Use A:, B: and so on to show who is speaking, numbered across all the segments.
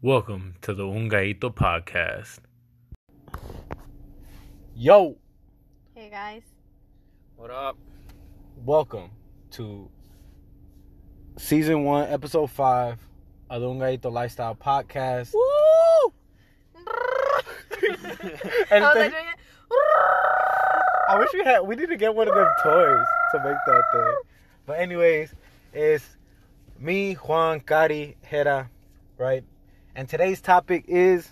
A: Welcome to the Un Gaito podcast.
B: Yo,
C: Hey guys,
A: What up?
B: welcome to season one, episode five of the Ungaito Lifestyle Podcast.
C: Woo! Oh,
B: And
C: I was
B: thank-
C: like doing it.
B: I wish we had. We need to get one of them toys to make that thing. But anyways, it's me, Juan, Cari, Hera, right? And today's topic is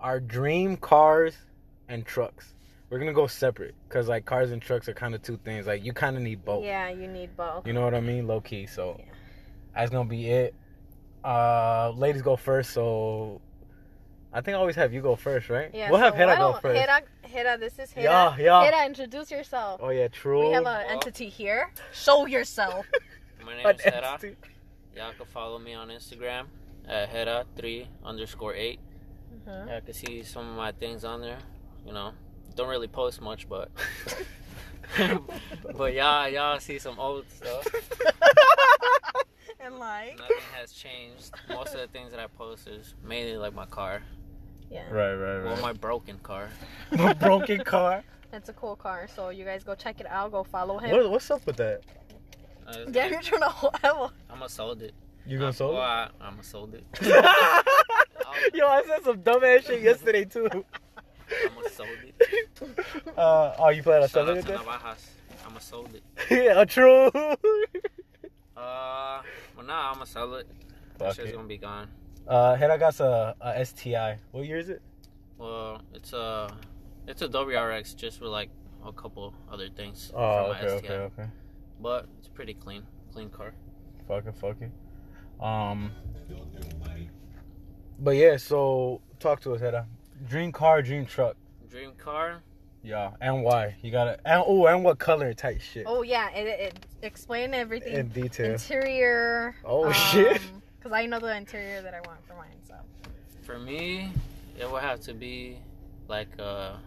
B: our dream cars and trucks. We're gonna go separate because like cars and trucks are kind of two things. Like you kind of need both.
C: Yeah, you need both.
B: You know what I mean? Low key. So
C: Yeah.
B: that's gonna be it. Uh ladies go first, so I think I always have you go first, right?
C: Yeah,
B: we'll have
C: so
B: Hera
C: why
B: go
C: don't-
B: first.
C: Hera, Hera, this is Hera.
B: Yeah, yeah.
C: Hera, introduce yourself.
B: Oh yeah, true.
C: We have an entity here. Show yourself.
D: My name
B: An
D: is Hera.
B: entity.
D: Y'all can follow me on Instagram at Hera3 underscore 8.
C: Mhm.
D: Y'all can see some of my things on there. You know, don't really post much, but. but y'all, y'all see some old stuff.
C: And like,
D: Nothing has changed. Most of the things that I post is mainly like my car.
C: yeah,
B: Right, right,
D: Well,
B: right.
D: my broken car.
B: My broken car.
C: it's a cool car. So you guys go check it out. Go follow him.
B: What, what's up with that?
D: I was
C: Yeah,
D: like,
C: you're trying to.
D: I'ma sold it.
B: You gonna
D: Well,
B: solve
D: I, I'ma sold it.
B: it? Yo, I said some dumb ass shit yesterday too.
D: I'ma sold it.
B: Uh, oh, you plan on
D: Shout
B: selling
D: out
B: it
D: to
B: then?
D: Navajas. I'ma sold it.
B: yeah, true.
D: Uh, well, nah, I'ma sell it. That
B: Fuck
D: shit's
B: it.
D: gonna be gone.
B: Uh, Hera got a, a STI. What year is it?
D: Well, it's a it's a WRX just with like a couple other things
B: Oh,
D: my
B: okay,
D: STI.
B: okay, okay.
D: But it's pretty clean, clean car.
B: Fucking fucking. Um. But yeah, so talk to us, Heda. Dream car, dream truck.
D: Dream car.
B: Yeah, and why? You gotta and oh, and what color type shit
C: Oh yeah, it, it, it explain everything.
B: in detail.
C: Interior.
B: Oh,
D: um,
B: shit.
C: Because I know the interior that I want for mine. So
D: For me, it would have to be like a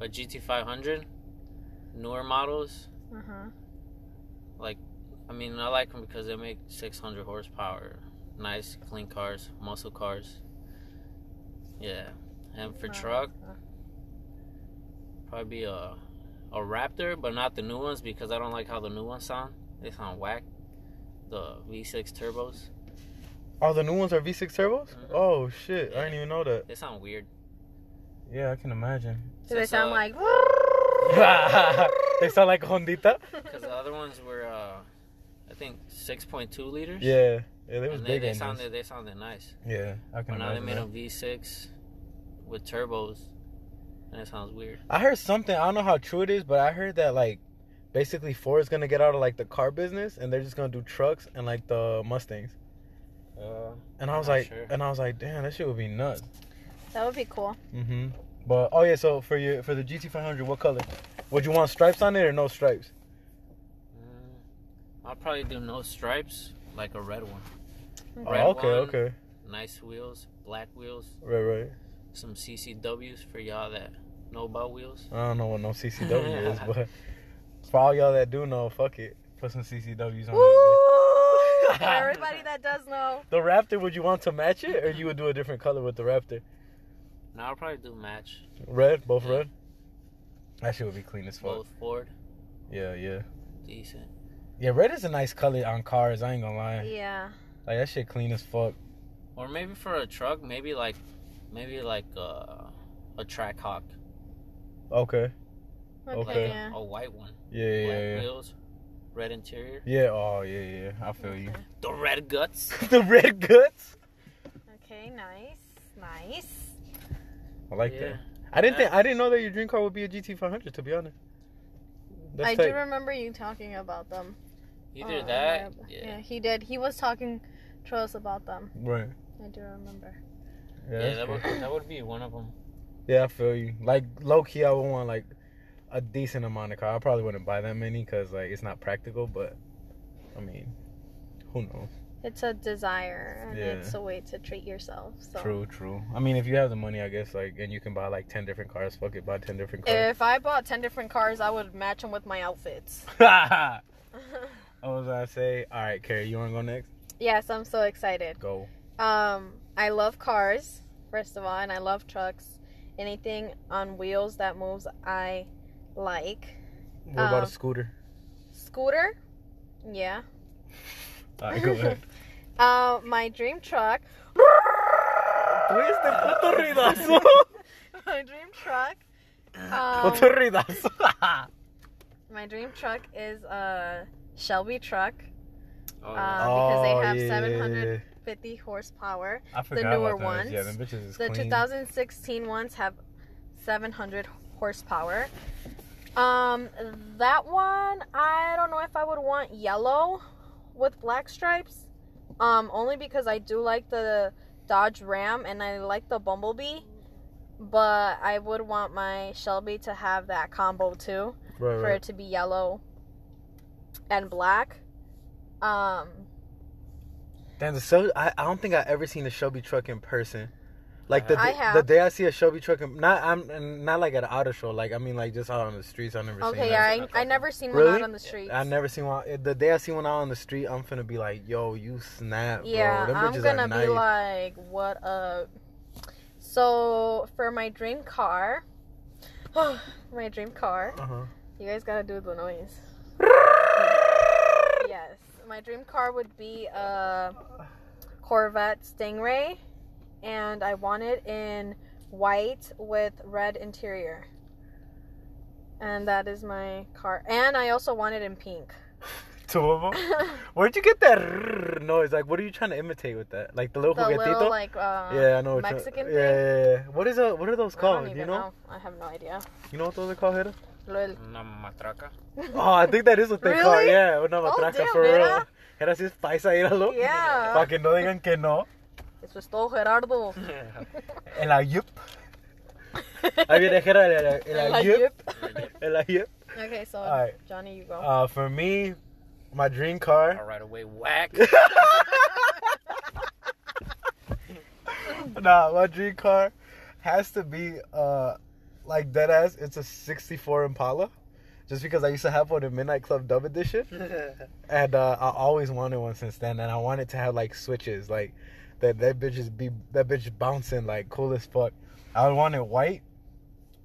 D: a GT500, newer models.
C: Mhm.
D: I mean, I like them because they make 600 horsepower, nice clean cars, muscle cars. Yeah, and for
C: Uh,
D: truck,
C: uh,
D: probably a a Raptor, but not the new ones because I don't like how the new ones sound. They sound whack. The V6 turbos,
B: Oh, the new ones are V6 turbos.
D: Mhm.
B: Oh shit, I didn't even know that.
D: they sound weird.
B: Yeah, I can imagine.
C: Do they
D: Since,
C: sound
D: uh,
C: like?
B: they sound like a Hondita.
D: Because the other ones were, uh, I think, 6.2 liters.
B: Yeah, yeah, they was
D: and they,
B: big
D: they
B: engines.
D: sounded they sounded nice.
B: Yeah, I can
D: But now they
B: imagine.
D: made
B: that.
D: a V6 with turbos, and it sounds weird.
B: I heard something. I don't know how true it is, but I heard that like basically Ford's gonna get out of like the car business and they're just gonna do trucks and like the Mustangs.
D: Uh,
B: And I was
D: I'm not
B: like,
D: sure.
B: and I was like, damn, that shit would be nuts.
C: That would be cool.
B: Mm-hmm. But oh yeah, so for your for the GT500, what color? Would you want stripes on it or no stripes?
D: Mm, I'll probably do no stripes, like a red one.
B: Oh,
D: Red
B: okay,
D: one.
B: okay,
D: Nice wheels, black wheels,
B: right, right.
D: some CCWs for y'all that know about wheels.
B: I don't know what no CCW is, but for all y'all that do know, fuck it, put some CCWs on it.
C: Woo! For everybody that does know,
B: The Raptor, would you want to match it, or you would do a different color with the Raptor?
D: Now I'll probably do match
B: Red, both red. That shit would be clean as fuck.
D: Mm-hmm. both Ford,
B: Yeah, yeah.
D: decent.
B: Yeah, red is a nice color on cars. I ain't gonna lie.
C: yeah,
B: Like that shit clean as fuck.
D: Or maybe for a truck, maybe like, maybe like uh, a track hawk,
B: Okay.
C: okay,
B: Okay.
C: yeah.
D: like a white one,
B: Yeah, yeah,
D: black
B: yeah.
D: wheels, red interior,
B: Yeah. Oh, yeah, yeah. I feel you.
D: the red guts.
B: the red guts.
C: Okay, nice, nice.
B: I like
D: Yeah.
B: that. I didn't
D: Yeah.
B: think I didn't know that your dream car would be a GT500. To be honest. That's
C: I
B: tight.
C: do remember you talking about them.
D: Either
C: Uh,
D: that,
C: Arab.
D: yeah.
C: yeah, he did. He was talking to us about them.
B: Right.
C: I do remember.
B: Yeah,
D: Yeah,
B: that's
D: that
B: cool.
D: would, that would be one of them.
B: yeah, I feel you. Like low key, I would want like a decent amount of car. I probably wouldn't buy that many because like it's not practical. But I mean, who knows?
C: It's a desire and
B: Yeah.
C: it's a way to treat yourself. So
B: True, true. I mean, if you have the money, I guess like, and you can buy like ten different cars. Fuck it, buy ten different cars.
C: if I bought ten different cars, I would match them with my outfits.
B: I was gonna say, all right, Carrie, you wanna go next?
C: yes, I'm so excited.
B: Go.
C: Um, I love cars, first of all, and I love trucks. Anything on wheels that moves, I like.
B: What about
C: Um,
B: a scooter?
C: Scooter, yeah.
B: Alright, go ahead.
C: Uh, my dream truck.
B: Tuviste puto ruidazo.
C: my dream truck.
B: Puto
C: Um,
B: ruidazo.
C: my dream truck is a Shelby truck.
D: Oh,
C: Uh, because they have
B: yeah,
C: 700 50 horsepower.
B: I forgot
C: newer
B: about those. Yeah,
C: ones.
B: them bitches is
C: The
B: clean.
C: 2016 ones have 700 horsepower. Um, that one I don't know if I would want yellow with black stripes. Um, only because I do like the Dodge Ram and I like the Bumblebee, but I would want my Shelby to have that combo too
B: Right,
C: for it
B: right.
C: to be yellow and black. Um,
B: Damn, the so I, I don't think I ever seen a Shelby truck in person. Like the
C: I
B: day-
C: have.
B: the day I see a Shelby truck, in, not I'm not like at an auto show. Like I mean, like just out on the streets. I never seen.
C: okay,
B: that.
C: yeah, I, I never seen one
B: Really?
C: out on the streets.
B: I never seen one. The day I see one out on the street, I'm finna be like, "Yo, you snap,
C: Yeah,
B: bro." Them bitches
C: I'm gonna
B: are nice.
C: be like, what up? So for my dream car, my dream car.
B: Uh-huh.
C: You guys gotta do the noise. yes, my dream car would be a Corvette Stingray, and I want it in white with red interior. And that is my car. And I also want it in pink.
B: Two of them. Where'd you get that rrrr noise? Like, what are you trying to imitate with that? Like the little
C: the
B: juguetito?
C: little like uh,
B: yeah, I know. what you're-
C: Mexican
B: Yeah,
C: thing.
B: yeah, yeah. What is that? What are those
C: I don't
B: called? You
C: even
B: know?
C: I have no idea.
B: You know what those are called, Hera?
C: Lol.
D: Una matraca.
B: Oh, I think that is what they call it.
C: Really?
B: Yeah, una
C: Oh,
B: matraca
C: damn,
B: for real.
C: Hera.
B: Hera sí es paisa, éralo.
C: Yeah.
B: Para que no digan que no.
C: Eso es todo, Gerardo.
B: El ayup. Ahí viene Hera, el, el, el
C: La
B: ayup.
C: yip.
B: El ayup.
C: okay, so
B: All right.
C: Johnny, you go.
B: Uh, for me, my dream car.
D: All right away, whack.
B: Nah, my dream car has to be uh like dead ass. It's a '64 Impala, just because I used to have one in Midnight Club Dub Edition, and uh, I always wanted one since then. And I wanted to have like switches, like that that bitch is be that bitch bouncing like cool as fuck. I would want it white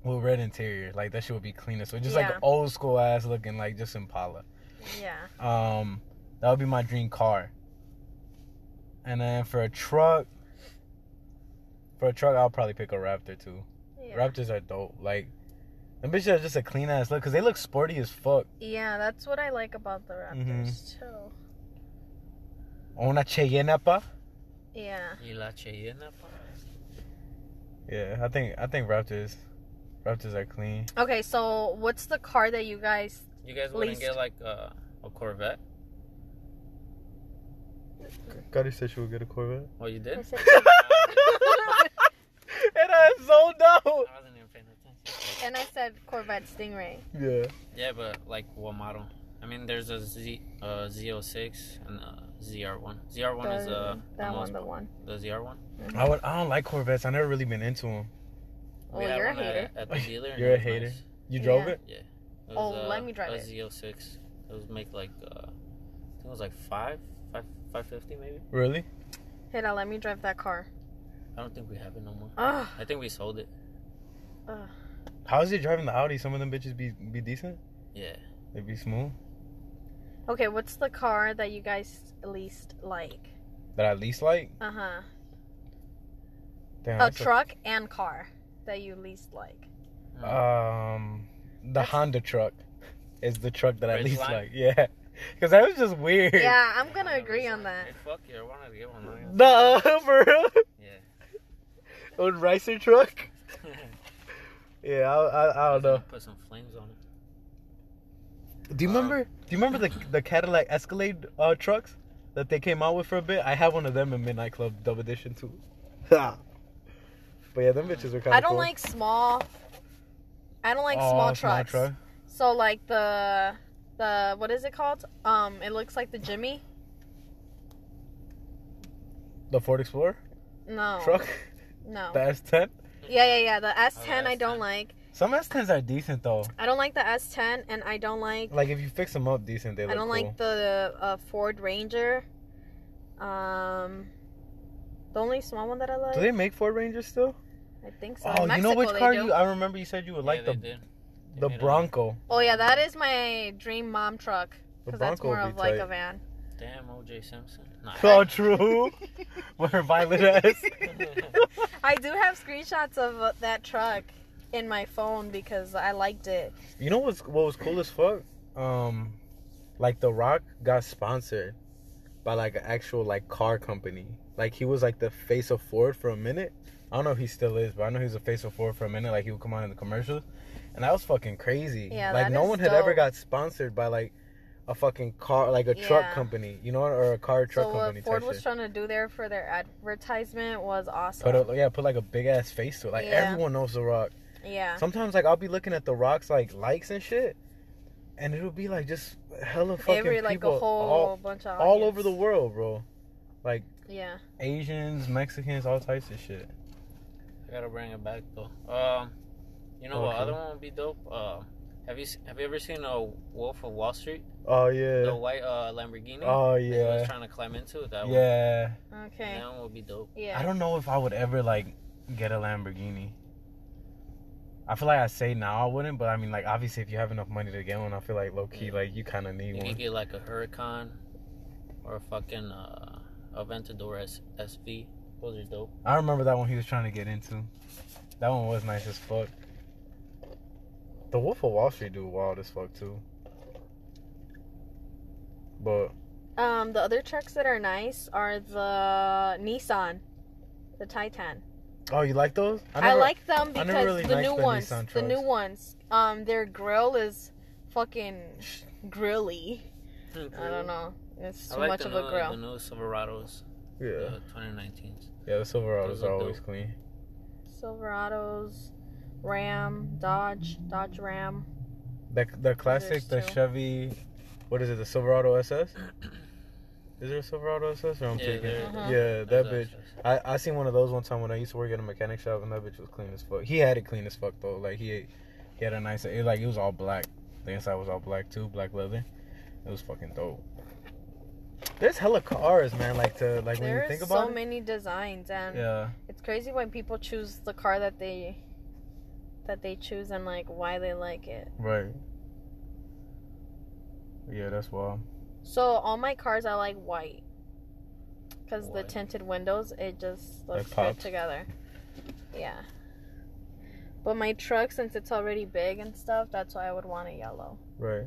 B: with red interior, like that shit would be cleaner. So just like
C: Yeah.
B: old school ass looking, like just Impala.
C: yeah.
B: Um, that would be my dream car. And then for a truck, for a truck, I'll probably pick a Raptor too.
C: Yeah.
B: Raptors are dope. Like, them bitches are just a clean ass look because they look sporty as fuck.
C: yeah, that's what I like about the Raptors
B: Mm-hmm.
C: too.
B: Una Cheyenne pa.
C: Yeah.
D: Y la Cheyenne, pa.
B: Yeah, I think I think Raptors, Raptors are clean.
C: Okay, so what's the car that you guys?
D: You guys wouldn't
C: Least.
D: get like a, a Corvette?
B: Gotti said she would get a Corvette.
D: Oh, you did?
B: and I zoned out.
D: I wasn't even paying attention.
C: and I said Corvette Stingray.
B: Yeah.
D: Yeah, but like what model? I mean, there's a Z, uh, Z06 and a ZR1. ZR1 is uh, the
C: that
D: most
C: one, the one.
D: the ZR1.
B: I would. I don't like Corvettes. I never really been into them.
C: Oh,
D: We had
C: you're a
D: one at-
C: hater.
D: At, the dealer. and
B: You're a
D: it was
B: hater.
D: nice.
B: You drove
C: Yeah.
B: it?
D: It
C: Oh,
D: was, uh,
C: let me drive
D: a
C: it.
D: Z06. It was make like uh, I think it was like five, five, five fifty maybe.
B: Really?
C: Hera, let me drive that car.
D: I don't think we have it no more.
C: Ugh.
D: I think we sold it.
B: How is it driving the Audi? Some of them bitches be be decent.
D: Yeah.
B: They be smooth.
C: Okay, what's the car that you guys least like?
B: That I least like.
C: Uh huh.
B: Damn,
C: A
B: that's
C: truck and car that you least like.
B: um, the
C: That's-
B: Honda truck is the truck that I
D: Ridgeline?
B: least like. Yeah, because that was just weird.
C: Yeah, I'm gonna
D: Another
C: agree
D: Ridgeline.
C: on that.
D: Hey, fuck you! I wanted to get one. right?
B: Nah, for real.
D: Yeah.
B: Old Ricer truck. Yeah, I, I, I don't know.
D: Put some flames on it.
B: Do you
D: Um,
B: remember? Do you remember the the Cadillac Escalade uh, trucks that they came out with for a bit? I had one of them in Midnight Club Dub Edition too. but yeah, them bitches were kind of.
C: I don't like small. I don't like
B: Oh,
C: small trucks. So like the the what is it called? Um, it looks like the Jimmy.
B: The Ford Explorer
C: No.
B: truck,
C: No.
B: the S10.
C: Yeah, yeah, yeah. The S10
D: Oh,
C: I don't
D: S10.
C: like.
B: Some S10s are decent though.
C: I don't like the S10, and I don't like.
B: Like if you fix them up decent, they look
C: I don't
B: cool.
C: like the uh, Ford Ranger. Um, The only small one that I like.
B: Do they make Ford Rangers still?
C: I think so.
B: Oh,
C: In
B: you know
C: Mexico
B: which
C: they
B: car
C: do.
B: you? I remember you said you would like
D: yeah, they
B: the
D: did. They
B: the
D: made a-
B: Bronco.
C: Oh yeah, that is my dream mom truck.
B: The
C: Because that's
B: Bronco
C: more
B: would
C: of
B: be
C: like
B: tight.
C: a van.
D: Damn, OJ Simpson. Nah.
B: So true. With her violet ass.
C: I do have screenshots of uh, that truck in my phone because I liked it.
B: you know what's what was cool as fuck? Um, like The Rock got sponsored by like an actual like car company. Like he was like the face of Ford for a minute. I don't know if he still is, but I know he was the face of Ford for a minute. Like he would come out in the commercials, and that was fucking crazy.
C: Yeah,
B: like
C: that
B: no
C: is
B: one had ever
C: dope.
B: got sponsored by like a fucking car, like a
C: Yeah.
B: truck company, you know, or a car truck
C: so
B: company.
C: what Ford
B: type
C: was
B: shit.
C: trying to do there for their advertisement was awesome.
B: Put a, yeah, put like a big ass face to it. Like
C: Yeah.
B: everyone knows The Rock.
C: yeah.
B: Sometimes like I'll be looking at The Rock's like likes and shit, and it'll be like just hella fucking
C: Every like
B: people
C: a whole
B: all,
C: bunch of
B: all over the
C: audience.
B: world, bro. Like
C: Yeah.
B: Asians, Mexicans, all types of shit.
D: I gotta bring it back though. Um, you know what
B: Okay.
D: other one would be dope? Um, have you se- have you ever seen a Wolf of Wall Street?
B: Oh
D: The
B: yeah.
D: white uh, Lamborghini.
B: Oh
D: that He was
B: yeah.
D: trying to climb into that one.
B: Yeah.
C: Okay.
D: That one would be dope.
C: Yeah.
B: I don't know if I would ever like get a Lamborghini. I feel like I say now I wouldn't, but I mean like obviously if you have enough money to get one, I feel like low key
D: Yeah.
B: like you kind of need
D: You
B: one.
D: could get like a Huracan or a fucking uh, Aventador S- SV. Those are dope.
B: I remember that one he was trying to get into. That one was nice as fuck. The Wolf of Wall Street do wild as fuck too. But
C: Um, the other trucks that are nice are the Nissan, the Titan.
B: oh, you like those?
C: I,
B: never-
C: like them
B: I never
C: because
B: really
C: the
B: liked
C: new
B: the
C: ones,
B: Nissan
C: the
B: trucks.
C: new ones, um, their grill is fucking grilly. Hmm, I don't know. It's
D: I
C: too
D: like
C: much
D: the
C: of a
D: new-
C: grill.
D: The new Silverados,
B: Yeah,
D: the 2019s.
B: yeah. The Silverados
D: Those are
B: are always clean.
C: Silverados, Ram, Dodge, Dodge Ram.
B: The the classic, the
C: too.
B: Chevy. What is it? The Silverado SS? Is there a Silverado SS? Or I'm
D: Yeah,
B: taking.
D: there-
C: Uh-huh.
B: Yeah, that
D: Those are
B: bitch.
D: SS.
B: I, I seen one of those one time when I used to work at a mechanic shop, and that bitch was clean as fuck. He had it clean as fuck though. Like he, he had a nice. It like it was all black. The inside was all black too, black leather. It was fucking dope. There's hella cars, man. Like to like when
C: There
B: you think
C: is
B: about
C: so
B: it.
C: many designs, and
B: yeah,
C: it's crazy when people choose the car that they that they choose and like why they like it.
B: right. Yeah, that's wild.
C: So all my cars are like white. Because the
D: White.
C: tinted windows, it just looks good
B: pops.
C: together. Yeah. But my truck, since it's already big and stuff, that's why I would want a yellow.
B: Right.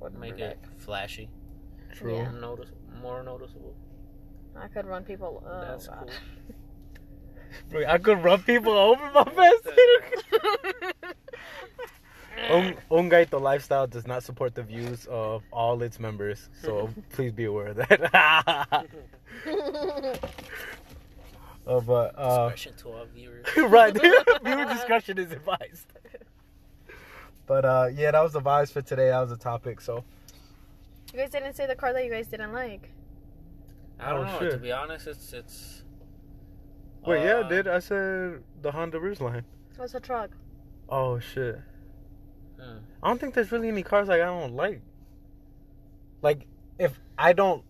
C: Would
D: Make
C: wreck.
D: it flashy.
B: True.
C: Yeah.
D: Notice, more noticeable.
C: I could run people. Oh,
D: That's
C: God.
B: Bro, I could rub people over my best. Un- Ungaito Lifestyle does not support the views of all its members, so please be aware of that. oh, but uh,
D: Expression to our viewers.
B: right. Viewer discretion is advised. But uh, yeah, that was the vibes for today. That was the topic. So
C: you guys didn't say the car that you guys didn't like.
D: I don't
B: Oh,
D: know.
B: shit.
D: To be honest, it's it's. uh,
B: I said the Honda Ridgeline.
C: What's a truck?
B: Oh shit.
D: Hmm.
B: I don't think there's really any cars like I don't like. Like if I don't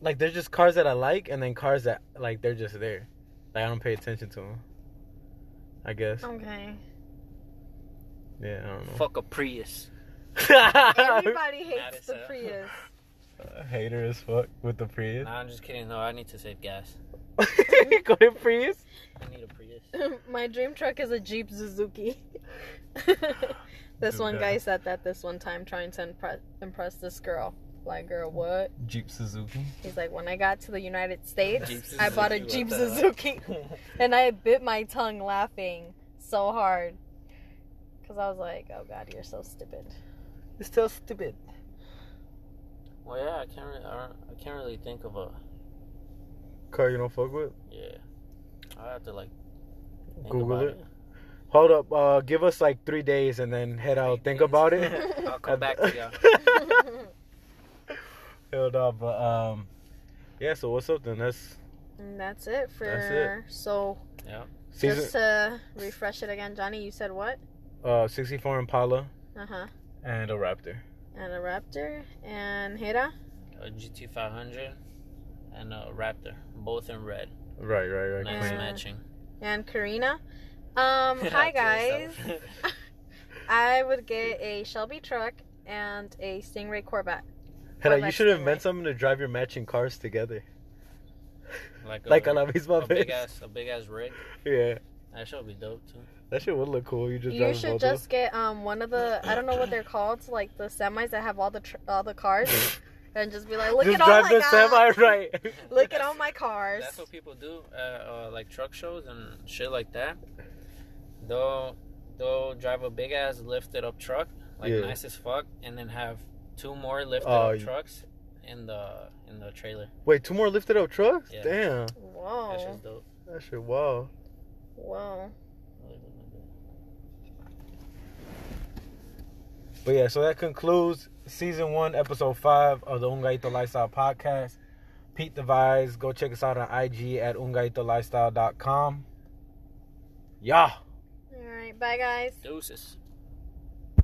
B: like, there's just cars that I like, and then cars that like they're just there. Like I don't pay attention to them. I guess.
C: Okay.
B: Yeah, I don't know.
D: Fuck a Prius.
C: Everybody
D: Not
C: hates the
D: itself.
C: Prius.
B: Hater as fuck with the Prius.
D: Nah, I'm just kidding. No, I need to save gas.
B: Go to Prius.
D: I need a Prius.
C: my dream truck is a Jeep Suzuki. this
B: Dude,
C: one
B: that-
C: guy said that this one time trying to impress, impress this girl. Like, girl, what?
B: Jeep Suzuki.
C: He's like, when I got to the United States,
D: Jeep
C: I bought a
D: Suzuki,
C: Jeep
D: what the hell?"
C: Suzuki. and I bit my tongue laughing so hard. Because I was like, oh god, you're so stupid.
B: It's still stupid.
D: Well, yeah, I can't. Really, I, don't, I can't really think of a.
B: Car you don't fuck with.
D: Yeah, I have to like. think
B: Google
D: about
B: it. Hold up. Uh, give us like three days and then head out.
D: Three
B: Think
D: days.
B: about it.
D: I'll come back to you.
B: Hell no, but um, yeah. So what's up then? That's
C: and that's it for. So,
B: season
C: just to refresh it again, Johnny, you said what?
B: uh sixty four Impala
C: Uh huh.
B: and a Raptor.
C: And a Raptor. And Hira?
D: A GT500 and a Raptor, both in red.
B: Right, right, right.
D: Nice
B: clean.
C: Yeah.
D: matching.
C: and Karina. Um, hi guys. I would get a Shelby truck and a Stingray Corvette.
B: Hera, you
C: Corvette
B: should have
C: Stingray.
B: meant something to drive your matching cars together.
D: like a,
B: Like a la misma
D: a big
B: vez.
D: ass, a big ass rig.
B: Yeah.
D: That should be dope too.
B: That shit would look cool. You just
C: You
B: drive
C: should just get um one of the I don't know what they're called, like the semis that have all the tr- all the cars, and just be like, look
B: just
C: at all
B: drive
C: my
B: the semi
C: cars,
B: right.
C: look at all my cars.
D: That's what people do, uh, uh, like truck shows and shit like that. They'll they'll drive a big ass lifted up truck, like
B: Yeah.
D: nice as fuck, and then have two more lifted
B: Oh,
D: up
B: you-
D: trucks in the in the trailer.
B: Wait, two more lifted up trucks?
D: Yeah.
B: Damn.
D: That's
C: Whoa,
D: just dope.
B: That shit, wow.
C: whoa.
B: But yeah, so that concludes season one, episode five of the Ungaito Lifestyle Podcast. Pete Devise, go check us out on IG at ungaitolifestyle.com. Yeah.
C: All right, bye guys.
D: Deuces.